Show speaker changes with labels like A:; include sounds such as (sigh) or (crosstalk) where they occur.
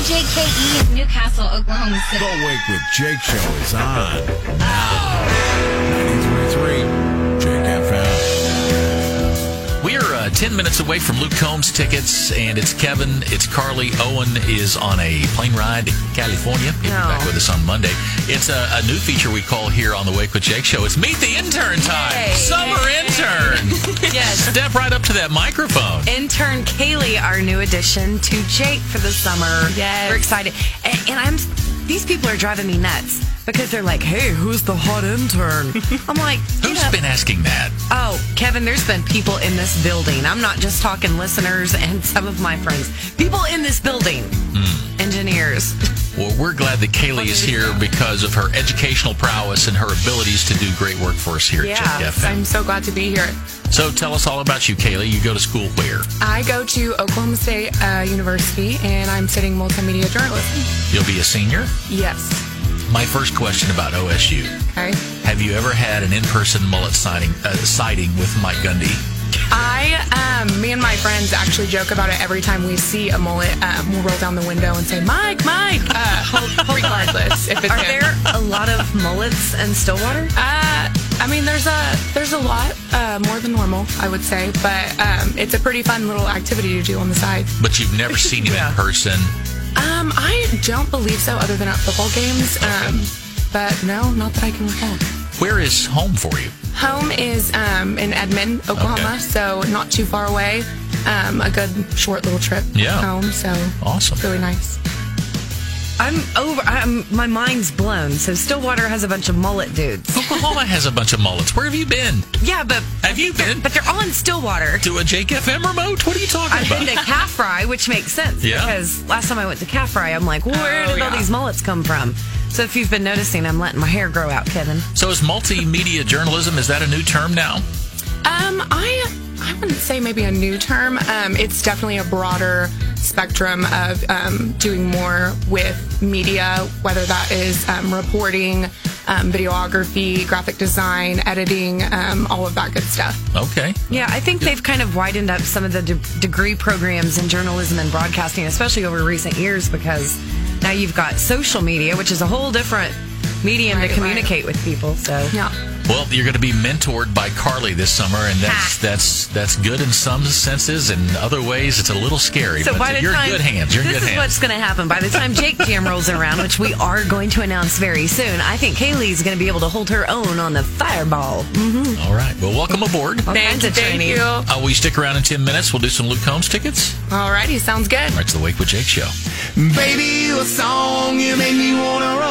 A: WJKE in E, Newcastle, Oklahoma City.
B: Go Wake with Jake Show is on. now. 93.3 Jake FM.
C: We are uh, 10 minutes away from Luke Combs tickets, and it's Kevin, it's Carly. Owen is on a plane ride to California. He'll
D: No.
C: be back with us on Monday. It's a, a new feature we call here on the Wake with Jake show. It's Meet the Intern time.
D: Yay.
C: Summer intern.
D: Yes.
C: Step right up to that microphone.
D: Intern Kaylee, our new addition to Jake for the summer.
E: Yes.
D: We're excited. And, and I'm, these people are driving me nuts because they're like, hey, who's the hot
E: (laughs)
D: intern? I'm like, you
C: Who's
D: know,
C: been asking that?
D: oh, Kevin, there's been people in this building. I'm not just talking listeners and some of my friends. People in this building,
E: Hmm.
D: engineers.
C: Well, we're glad that Kaylee is here because of her educational prowess and her abilities to do great work for us here at Jake
E: Yes,
C: FM.
E: I'm so glad to be here.
C: So tell us all about you, Kaylee. You go to school where?
E: I go to Oklahoma State uh, University and I'm studying multimedia journalism.
C: You'll be a senior?
E: Yes.
C: My first question about OSU.
E: Okay.
C: Have you ever had an in-person mullet signing uh, sighting with Mike Gundy?
E: I, um, me and my friends actually joke about it every time we see a mullet. Um, we'll roll down the window and say, Mike, Mike, uh,
D: (laughs)
E: regardless if it's
D: Are
E: him.
D: there a lot of mullets in Stillwater?
E: Uh, I mean, there's a there's a lot uh, more than normal, I would say, but um, it's a pretty fun little activity to do on the side.
C: But you've
D: (laughs)
C: never seen him in person.
E: Um, I don't believe so, other than at football games. Um, but no, not that I can recall.
C: Where is home for you?
E: Home is um, in Edmond, Oklahoma,
C: Okay.
E: so not too far away. Um, a good short little trip
C: Yeah.
E: home, so
C: Awesome.
E: really nice.
D: I'm over. I'm my mind's blown. So Stillwater has a bunch of mullet dudes.
C: Oklahoma has a bunch of mullets. Where have you been?
D: Yeah, but
C: Have you been
D: but they're all in Stillwater.
C: to a Jake FM remote? What are you
D: I
C: talking
D: went to
C: about?
D: Caffrey, which makes sense
C: Yeah.
D: because last time I went to Caffrey, I'm like, where
E: Oh,
D: did all
E: yeah.
D: these mullets come from? So if you've been noticing, I'm letting my hair grow out, Kevin.
C: So is multimedia journalism? Is that a new term now?
E: Um, I I wouldn't say maybe a new term. Um, it's definitely a broader spectrum of um, doing more with media, whether that is um, reporting, um, videography, graphic design, editing, um, all of that good stuff.
C: Okay.
D: Yeah, I think they've kind of widened up some of the de- degree programs in journalism and broadcasting, especially over recent years, because now you've got social media, which is a whole different medium to
E: Right, right.
D: communicate with people. So
E: Yeah.
C: Well, you're going to be mentored by Carly this summer, and that's that's that's good in some senses, and in other ways it's a little scary.
D: So
C: but
D: by the
C: you're in
D: time
C: good hands. You're in
D: this
C: good
D: is
C: hands.
D: what's going to happen. By the time
C: (laughs)
D: Jake Jam rolls around, which we are going to announce very soon, I think Kaylee's going to be able to hold her own on the fireball.
C: All right. Well, welcome aboard.
D: All kinds of
E: Thank
D: training.
E: you.
C: Uh, will you stick around in 10 minutes? We'll do some Luke Combs tickets.
E: Alrighty, sounds good.
C: All right, it's the Wake with Jake show.
B: Baby, a song you make me wanna